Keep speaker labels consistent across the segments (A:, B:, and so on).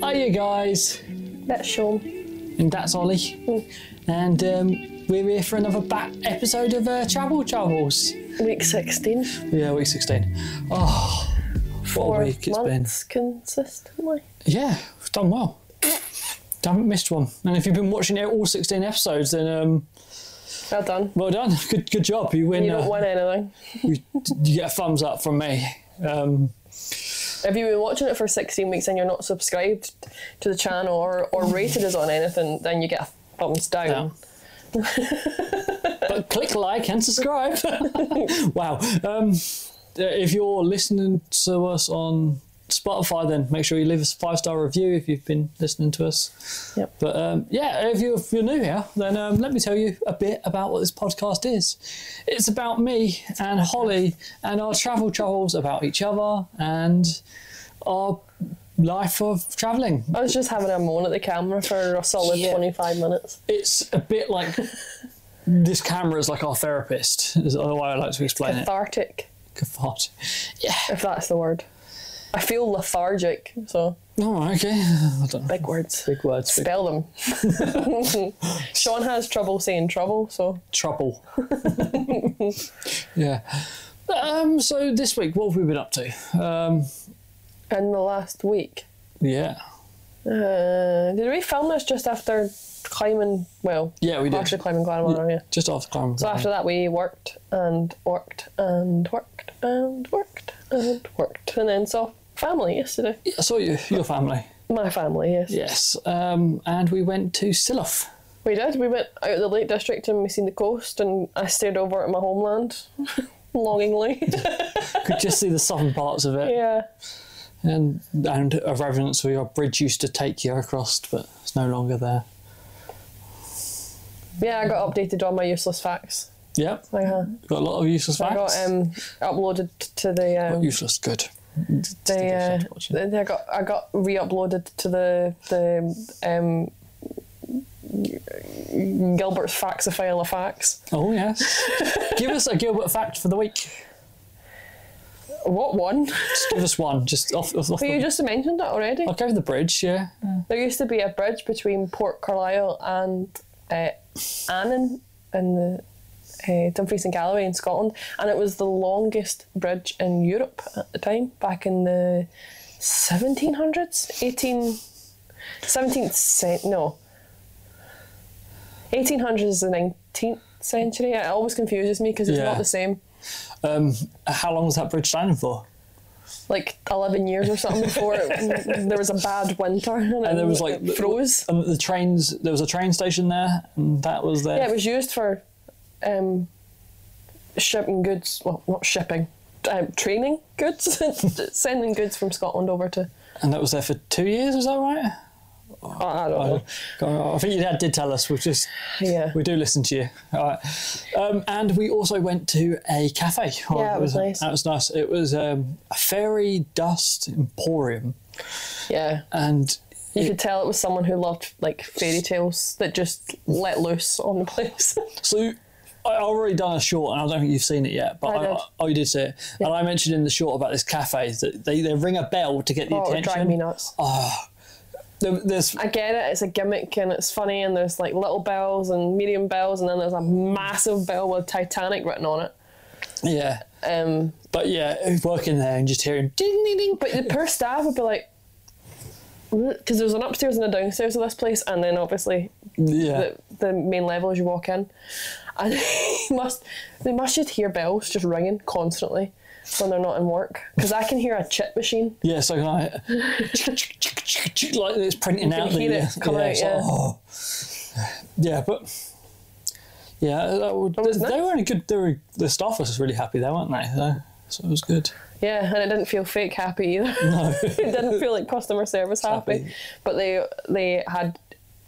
A: Hi, you guys,
B: That's Sean.
A: and that's Ollie, and um, we're here for another back episode of uh, Travel Travels.
B: Week 16.
A: Yeah, week sixteen. Oh, what
B: Four
A: a week it's been.
B: months consistently.
A: Yeah, we've done well. Haven't missed one. And if you've been watching all sixteen episodes, then um,
B: Well done.
A: well done. Good, good job. You win.
B: You don't
A: uh,
B: win anything.
A: you, you get a thumbs up from me. Um,
B: If you've been watching it for 16 weeks and you're not subscribed to the channel or, or rated us on anything, then you get a thumbs down.
A: down. but Uh, click like and subscribe. wow. Um, if you're listening to us on Spotify, then make sure you leave us a five star review if you've been listening to us.
B: Yep.
A: But um, yeah, if you're, if you're new here, then um, let me tell you a bit about what this podcast is. It's about me and Holly and our travel travels about each other and our life of traveling.
B: I was just having a moan at the camera for a solid
A: Yeah.
B: 25 minutes.
A: It's a bit like this camera is like our therapist, is the way I like to explain it.
B: Cathartic,
A: Cathartic. Yeah.
B: if that's the word. I feel lethargic, so
A: Oh, okay. I don't know.
B: big words.
A: Big words. Big
B: Spell them. Sean has trouble saying trouble, so
A: trouble. yeah. Um, so this week, what have we been up to? Um,
B: in the last week.
A: yeah.
B: Uh, did we film this just after climbing? Well,
A: Yeah, we did.
B: after climbing Glenmore, yeah.
A: Just after climbing.
B: So after that, we worked and worked and worked and worked and worked, and then saw family yesterday.
A: Yeah, I saw you, your family.
B: My family, yes.
A: Yes. Um, and we went to Silloth.
B: We did. We went out of the Lake District and we seen the coast, and I stared over at my homeland longingly.
A: Could just see the southern parts of it,
B: yeah,
A: and and a remnants of your bridge used to take you across, but it's no longer there.
B: yeah. I got updated on my useless facts.
A: Yep.
B: I, uh,
A: Got a lot of useless
B: I
A: facts.
B: got um, uploaded to the um,
A: Not useless. Good.
B: they, uh, they they got I got re-uploaded to the the um, Gilbert's facts a file of facts.
A: oh yes. give us a Gilbert fact for the week.
B: What one?
A: Just give us one. Just off. off, off
B: But
A: the-
B: you just mentioned it already.
A: I'll go with the bridge. Yeah.
B: There used to be a bridge between Port Carlisle and uh, Annan in the. Uh, Dumfries and Galloway in Scotland, and it was the longest bridge in Europe at the time, back in the 1700s, 18, 17th century, no, 1800s is the 19th century. It always confuses me because it's
A: Yeah.
B: not the same.
A: Um, how long was that bridge standing for?
B: Like 11 years or something before it, there was a bad winter and,
A: And there
B: it
A: was like the-
B: froze.
A: And the trains. There was a train station there, and that was there.
B: Yeah, it was used for um, shipping goods. Well, not shipping, um, training goods, sending goods from Scotland over to.
A: and that was there for two years. Is that right? Oh,
B: Oh, I don't know.
A: I think your dad did tell us. We'll just
B: Yeah.
A: we do listen to you. All right. Um, and we also went to a cafe. Oh,
B: Yeah, it was nice.
A: That was nice. It was um, a fairy dust emporium,
B: Yeah,
A: and
B: you could tell it was someone who loved like fairy tales that just let loose on the place.
A: So I I've already done a short, and I don't think you've seen it yet. But
B: I
A: I
B: did.
A: oh, you did see it, and I mentioned in the short about this cafe that they, they ring a bell to get the
B: oh, it would
A: attention.
B: drive me nuts.
A: There- there's
B: I get it. It's a gimmick and it's funny and there's like little bells and medium bells and then there's a massive bell with Titanic written on it.
A: yeah,
B: Um,
A: but yeah, working there and just hearing ding ding ding.
B: But the poor staff would be like, because there's an upstairs and a downstairs of this place, and then obviously
A: Yeah,
B: the, the main level as you walk in, and you must they must just hear bells just ringing constantly when they're not in work. Because I can hear a chip machine.
A: yeah. So can I, like it's printing
B: can
A: out the
B: hear it come
A: yeah,
B: out,
A: it's
B: yeah.
A: like, oh. yeah, but. Yeah, that would, they,
B: was
A: they were in a good. They were, the staff was really happy there, weren't they? So, so it was good.
B: Yeah, and it didn't feel fake happy either. it didn't feel like customer service happy.
A: Happy.
B: But they they had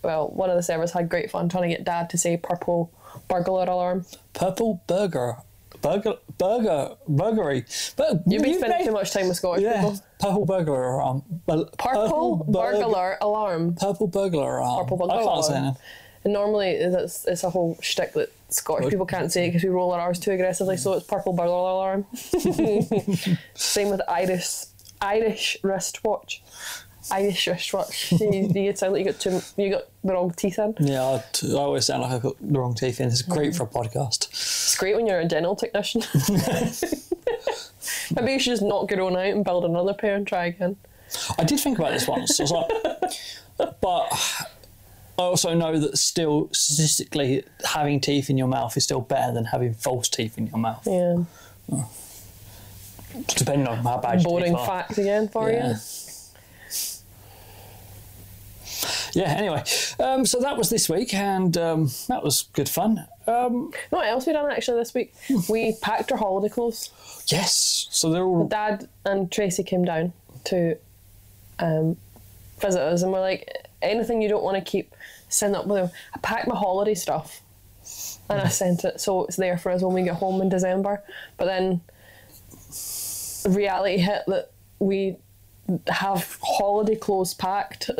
B: well, one of the servers had great fun trying to get dad to say purple burglar alarm.
A: Purple burger, burger, burger, burgery. But
B: You've been spending too much time with Scottish
A: Yeah,
B: people.
A: purple um, burger alarm. Bur-
B: Purple
A: burg-
B: burglar alarm.
A: Purple burglar alarm.
B: Purple burglar
A: I can't say
B: alarm.
A: anything.
B: And normally that's it's a whole shtick that Scottish people can't say because we roll our R's too aggressively, so it's purple burglar alarm. Same with Irish Irish wristwatch. Irish wristwatch. you, you sound like you got too, you got the wrong teeth in.
A: Yeah, I, t- I always sound like I've got the wrong teeth in. It's
B: Mm.
A: great for a podcast.
B: It's great when you're a dental technician. Maybe you should just knock your own out and build another pair and try again.
A: I did think about this once. I was like, but I also know that still statistically having teeth in your mouth is still better than having false teeth in your mouth,
B: Yeah.
A: depending on how bad your
B: Boring
A: teeth are.
B: fact again for
A: Yeah.
B: you.
A: Yeah. Anyway, um, so that was this week, and um, that was good fun. Um,
B: You know what else we done actually this week? we packed our holiday clothes.
A: yes. So they're all
B: Dad and Tracy came down to um, visit us, and we're like, anything you don't want to keep, send up with them. I packed my holiday stuff, and I sent it, so it's there for us when we get home in December. But then reality hit that we have holiday clothes packed.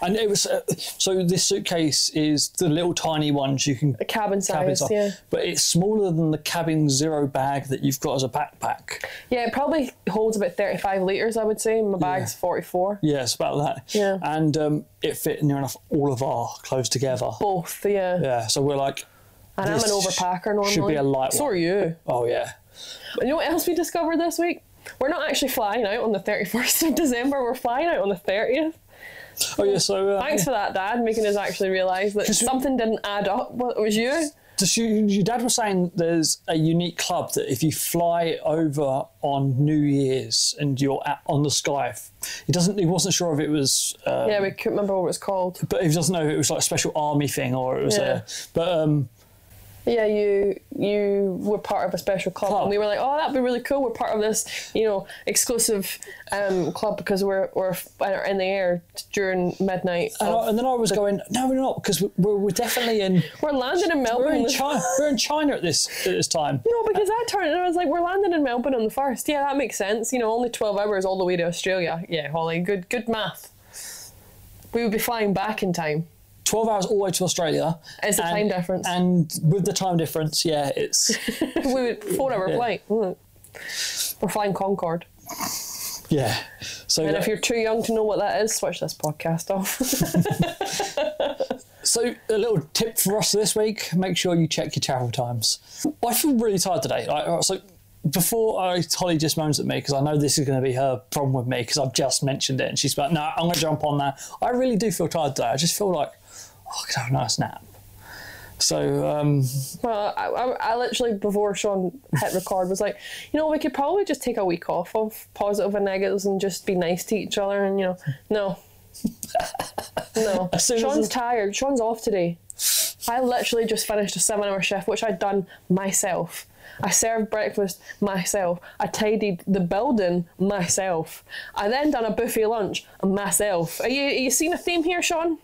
A: and it was uh, so this suitcase is the little tiny ones you can
B: the cabin
A: cabin
B: size,
A: size,
B: yeah.
A: but it's smaller than the cabin zero bag that you've got as a backpack.
B: Yeah, it probably holds about 35 litres, I would say. My bag's 44.
A: Yeah, it's about that.
B: Yeah.
A: And um, it fit near enough all of our clothes together.
B: Both, yeah.
A: Yeah, so we're like,
B: And I'm an
A: This
B: overpacker
A: should
B: normally.
A: be a light
B: So
A: one.
B: are you.
A: oh yeah,
B: You know what else we discovered this week? We're not actually flying out on the 31st of December, we're flying out on the 30th.
A: oh yeah. So uh,
B: Thanks for that, Dad, making us actually realise that
A: Just-
B: something didn't add up. Well, it was you.
A: Does you, your dad was saying there's a unique club that if you fly over on New Year's and you're at, on the sky, he doesn't. He wasn't sure if it was, uh,
B: yeah, we couldn't remember what it was called.
A: but he doesn't know if it was like a special army thing or it was
B: Yeah.
A: a. But um,
B: Yeah, you you were part of a special club,
A: Club.
B: and we were like, oh, that'd be really cool. We're part of this, you know, exclusive um, club because we're we're in the air during midnight.
A: and,
B: of-
A: I, and then I was going, no, we're not because we're, we're definitely in.
B: we're landing in
A: We're
B: Melbourne.
A: in China. We're in China at this at this time.
B: No, because that turned and I was like, we're landing in Melbourne on the first. Yeah, that makes sense. You know, only twelve hours all the way to Australia. Yeah, Holly, good good math. We would be flying back in time.
A: Twelve hours all the way to Australia.
B: It's the
A: and-
B: time difference.
A: And with the time difference, yeah, it's
B: we would four hour
A: Yeah.
B: flight. Mm. We're flying Concorde.
A: yeah. So
B: And if
A: that-
B: you're too young to know what that is, switch this podcast off.
A: So, a little tip for us this week: make sure you check your travel times. I feel really tired today. I, so, before I Holly just moans at me because I know this is going to be her problem with me because I've just mentioned it and she's like, "No, I'm going to jump on that." I really do feel tired today. I just feel like oh, I could have a nice nap. So, um,
B: well, I, I, I literally before Sean hit record was like, you know, we could probably just take a week off of positive and negatives and just be nice to each other. And you know, no, no.
A: As soon as
B: Sean's
A: I-
B: tired. Sean's off today. I literally just finished a seven-hour shift, which I'd done myself. I served breakfast myself. I tidied the building myself. I then done a buffet lunch myself. Are you, are you seeing a theme here, Sean?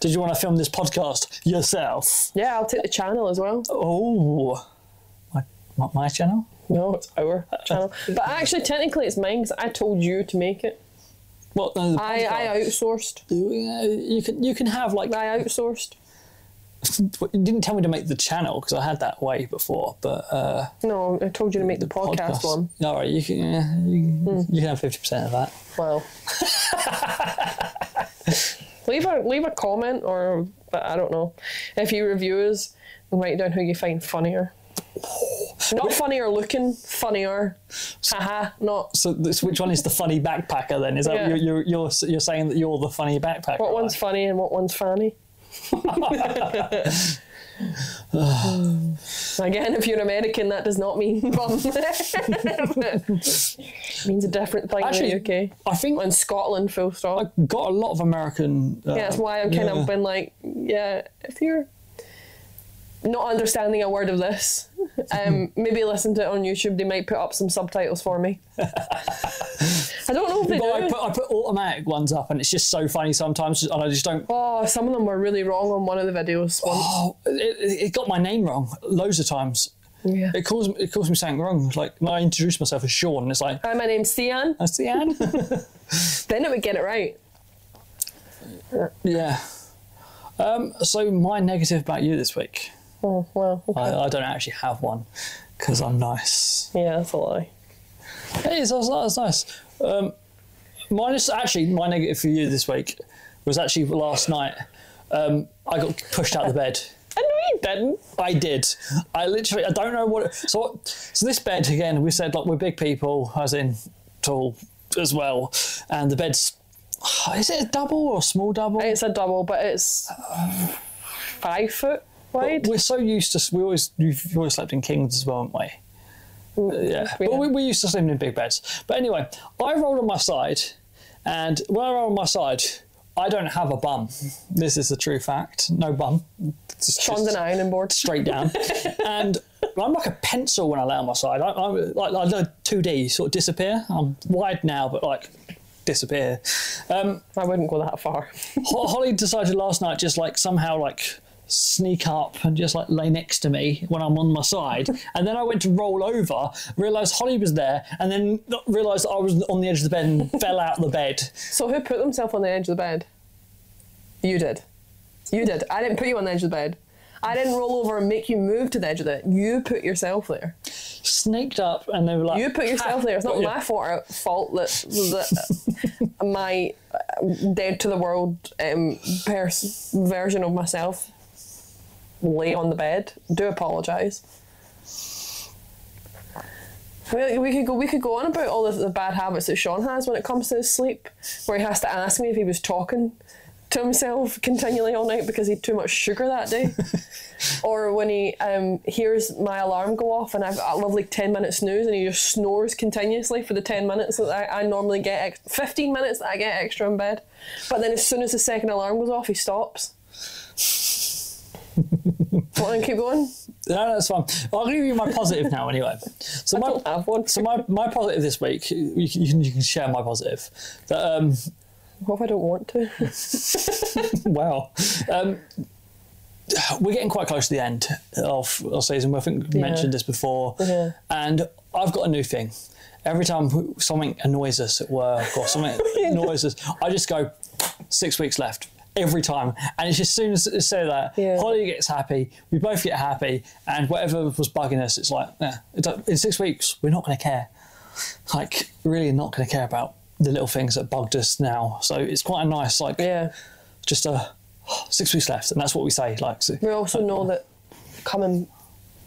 A: did you want to film this podcast yourself?
B: Yeah, I'll take the channel as well.
A: Oh, my, my, my channel.
B: No, it's our channel. But actually, technically, it's mine because I told you to make it.
A: What? No, the
B: I, I outsourced.
A: podcast. you can you can have like
B: I outsourced.
A: Well, you didn't tell me to make the channel because I had that way before, but uh,
B: No, I told you to make the, podcast, one. Hmm.
A: All right, you can yeah, you, you can have fifty percent of that.
B: Well, leave a leave a comment or but I don't know if you review us and write down who you find funnier. Not funnier looking, funnier. Haha, not.
A: So this, which one is the funny backpacker then? Is that
B: Yeah.
A: you you're, you're you're saying that you're the funny backpacker?
B: What one's funny and what one's funny? Again, if you're American, that does not mean bum. It means a different thing
A: Actually-
B: in the UK.
A: I think
B: In Scotland, full stop.
A: I got a lot of American. Uh,
B: yeah, that's why I've kind
A: yeah.
B: of been like, yeah, if you're not understanding a word of this, um, maybe listen to it on YouTube. They might put up some subtitles for me. I don't know if they
A: But I
B: do.
A: put, I put automatic ones up, and it's just so funny sometimes, and I just don't.
B: Oh, some of them were really wrong on one of the videos. One-
A: Oh, it, it got my name wrong loads of times.
B: Yeah.
A: It calls it calls me something wrong. Like I introduced myself as Sean, and it's like
B: Hi, my name's Sian.
A: that's the end.
B: Then it would get it right.
A: Yeah. Um, so my negative about you this week,
B: Oh, well, okay.
A: I, I don't actually have one because I'm nice.
B: yeah, that's a lie.
A: It is, that's, that's nice. Um, minus actually my negative for you this week was actually last night. Um, I got pushed out of the bed.
B: I know you didn't.
A: I did. I literally. I don't know what. So, so this bed again. We said like we're big people, as in tall as well, and the bed's. Is it a double or a small double?
B: It's a double, but it's five foot wide.
A: We're so used to we always we've always slept in kings as well, haven't we? Uh, yeah,
B: we
A: but
B: have.
A: we, we used to sleep in big beds. But anyway, I rolled on my side, and when I roll on my side, I don't have a bum. This is a true fact. No bum. It's just-
B: Sean's an ironing board.
A: straight down. and I'm like a pencil when I lay on my side. I, I'm like I know 2D sort of disappear. I'm wide now, but like disappear. Um,
B: I wouldn't go that far.
A: Ho- Holly decided last night just like somehow like sneak up and just like lay next to me when I'm on my side. and then I went to roll over, realised Holly was there, and then not- realised I was on the edge of the bed and fell out of the bed.
B: So who put themselves on the edge of the bed? You did. You did. I didn't put you on the edge of the bed. I didn't roll over and make you move to the edge of it. You put yourself there.
A: Sneaked up and they were like
B: You put yourself
A: "Ha!"
B: there. It's not
A: Got ya.
B: my fault, fault that, that my uh, dead to the world um, pers- version of myself lay on the bed. Do apologise. We, we could go. We could go on about all the, the bad habits that Sean has when it comes to his sleep, where he has to ask me if he was talking to himself continually all night because he had too much sugar that day, or when he um, hears my alarm go off and I've got a lovely ten minute snooze and he just snores continuously for the ten minutes that I, I normally get, ex- fifteen minutes that I get extra in bed, but then as soon as the second alarm goes off, he stops. Want to keep going?
A: No, that's fine. I'll give you my positive now anyway. So my
B: don't have one.
A: so my, my positive this week, you, can- you can you can share my positive. That um
B: What if I don't want to?
A: wow. Um we're getting quite close to the end of our season. I think we
B: Yeah.
A: mentioned this before.
B: Yeah.
A: And I've got a new thing. Every time something annoys us at work or something annoys us, I just go, six weeks left. Every time, and it's as soon as I say that,
B: Yeah.
A: Holly gets happy, we both get happy, and whatever was bugging us, it's like, nah, it don't- in six weeks, we're not going to care. Like, really, not going to care about the little things that bugged us now. So it's quite a nice, like,
B: yeah.
A: just uh, six weeks left, and that's what we say. Like, so,
B: We also know that coming,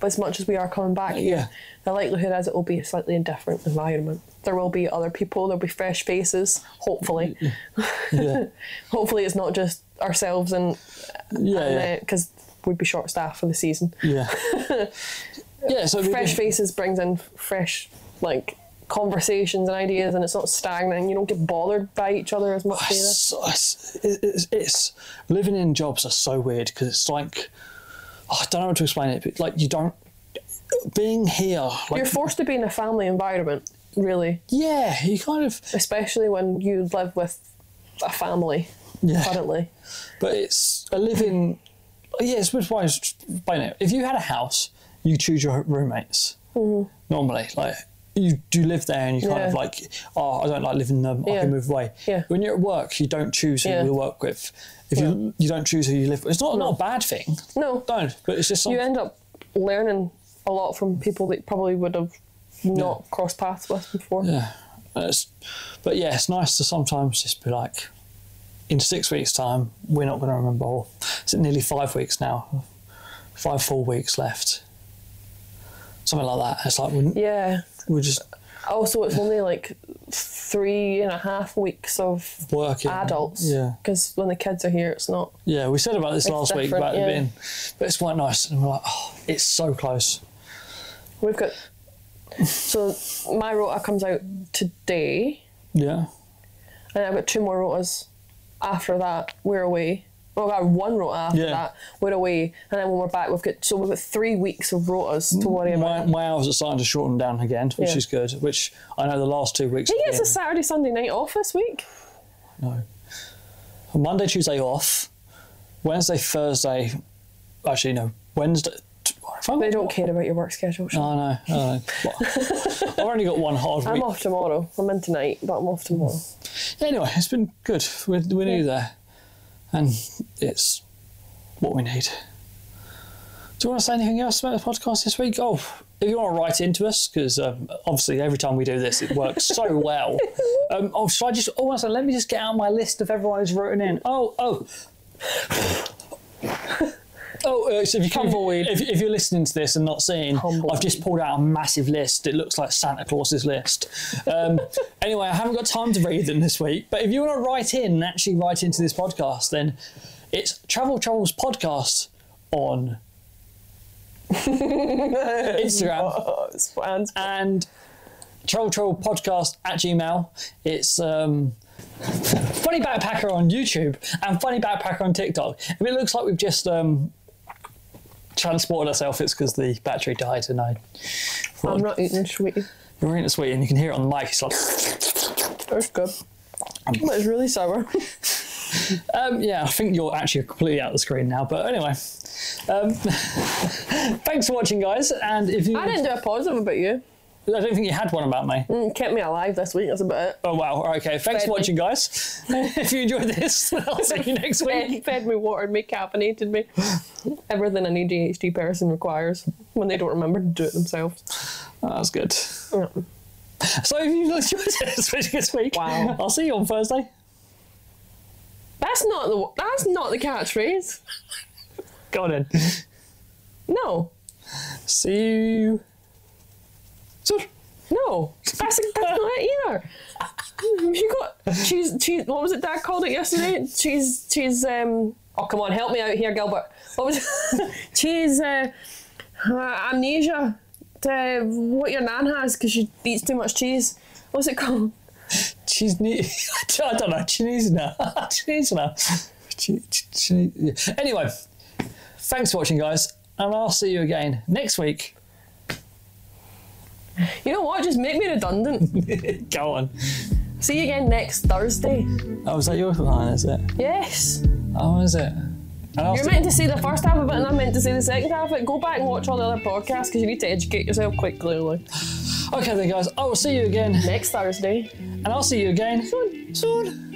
B: as much as we are coming back,
A: yeah,
B: the likelihood is it will be a slightly different environment. There will be other people, there'll be fresh faces, hopefully.
A: yeah,
B: hopefully, it's not just ourselves and
A: yeah,
B: because uh, we'd be short staffed for the season.
A: yeah, yeah. yeah so it'd be
B: Fresh
A: good.
B: faces brings in fresh, like, conversations and ideas, and it's not stagnant. You don't get bothered by each other as much either.
A: It's, it's, it's, it's- living in jobs are so weird because it's like oh, I don't know how to explain it, but like you don't being here. Like,
B: You're forced to be in a family environment, really.
A: yeah, you kind of
B: especially when you live with a family
A: Yeah.
B: currently.
A: but it's a living. Yeah, it's which why by now. If you had a house, you choose your roommates normally. Like you do live there, and you kind of
B: Mm-hmm. Yeah.
A: like, oh, I don't like living in them. I
B: Yeah.
A: can move away.
B: Yeah.
A: When you're at work, you don't choose who
B: Yeah.
A: you work with. If you you don't choose who you live with, it's not not a bad thing.
B: No,
A: Don't. But it's just
B: you
A: something.
B: end up learning a lot from people that you probably would have not crossed paths with before.
A: Yeah. And it's- but yeah, it's nice to sometimes just be like, in six weeks' time, we're not going to remember all. It's nearly five weeks now, five full weeks left, something like that. It's like we're,
B: Yeah.
A: we're just
B: Also, it's only like three and a half weeks of
A: working.
B: adults.
A: Yeah,
B: Because when the kids are here, it's not.
A: yeah. We said about this
B: It's
A: last week
B: different,
A: about it
B: yeah.
A: being, but it's quite nice. And we're like, oh, it's so close.
B: We've got. So my rota comes out today,
A: Yeah,
B: and I've got two more rotas after that. We're away. Well, I've got one rota after
A: Yeah.
B: that. We're away, and then when we're back, we've got so we've got three weeks of rotas to worry about.
A: Mm, my, my hours are starting to shorten down again, which
B: Yeah.
A: is good. Which I know the last two weeks.
B: He
A: have
B: gets
A: been-
B: a Saturday, Sunday night off this week.
A: No. Monday, Tuesday off. Wednesday, Thursday. Actually, no. Wednesday. t- if I-
B: They don't care about your work schedule. Sean.
A: No, no, no. Well, I've only got one hard
B: I'm
A: week.
B: off tomorrow. I'm in tonight, but I'm off tomorrow.
A: Anyway, it's been good. We're, we're new there. And it's what we need. Do you want to say anything else about the podcast this week? Oh, if you want to write into us, because um, obviously every time we do this, it works so well. Um, oh, should I just? Oh, so let me just get out my list of everyone who's written in. Oh, oh. Oh, uh, so if, you can,
B: Tumbleweed.
A: if, if you're listening to this and not seeing,
B: Tumbleweed.
A: I've just pulled out a massive list. It looks like Santa Claus's list. Um, anyway, I haven't got time to read them this week, but if you want to write in and actually write into this podcast, then it's Travel Travels Podcast on Instagram
B: Oh, it's fans.
A: and troll troll podcast at gmail it's um funny backpacker on youtube and funny backpacker on tiktok if it looks like we've just um transported ourselves it's because the battery died and i
B: I'm not eating sweetie.
A: you're in a sweet and you can hear it on the mic it's like
B: It's good. But it's really sour.
A: um yeah i think you're actually completely out of the screen now but anyway um thanks for watching guys and if you
B: I didn't do a positive about you.
A: I don't think you had one about me
B: Mm, kept me alive this week. That's about it.
A: Oh wow! Okay, thanks
B: Fed
A: for
B: me.
A: watching, guys. if you enjoyed this, I'll see you next week.
B: Fed, fed me, watered me, caffeinated me. Everything an ADHD person requires when they don't remember to do it themselves.
A: Oh, that's good.
B: Yeah.
A: So if you enjoyed this week- this week,
B: Wow.
A: I'll see you on Thursday.
B: That's not the that's not the catchphrase.
A: Go on in.
B: No,
A: See you. soon.
B: no, that's that's not it either. You got cheese cheese. What was it? Dad called it yesterday. Cheese cheese. Um. Oh come on, help me out here, Gilbert. What was it? cheese? Uh, uh, amnesia. To what your nan has because she eats too much cheese. What's it called?
A: She's ne- I don't know. She's now. She's now. She- she- she- yeah. Anyway, thanks for watching, guys, and I'll see you again next week.
B: You know what? Just make me redundant.
A: Go on.
B: See you again next Thursday.
A: Oh, is that your line? Is it?
B: Yes.
A: Oh, is it? And I'll
B: You're
A: see-
B: meant to see the first half of it and I'm meant to see the second half of it. Go back and watch all the other podcasts because you need to educate yourself quickly. Like.
A: okay, then, guys. I will see you again,
B: Next Thursday.
A: and I'll see you again
B: Soon.
A: soon.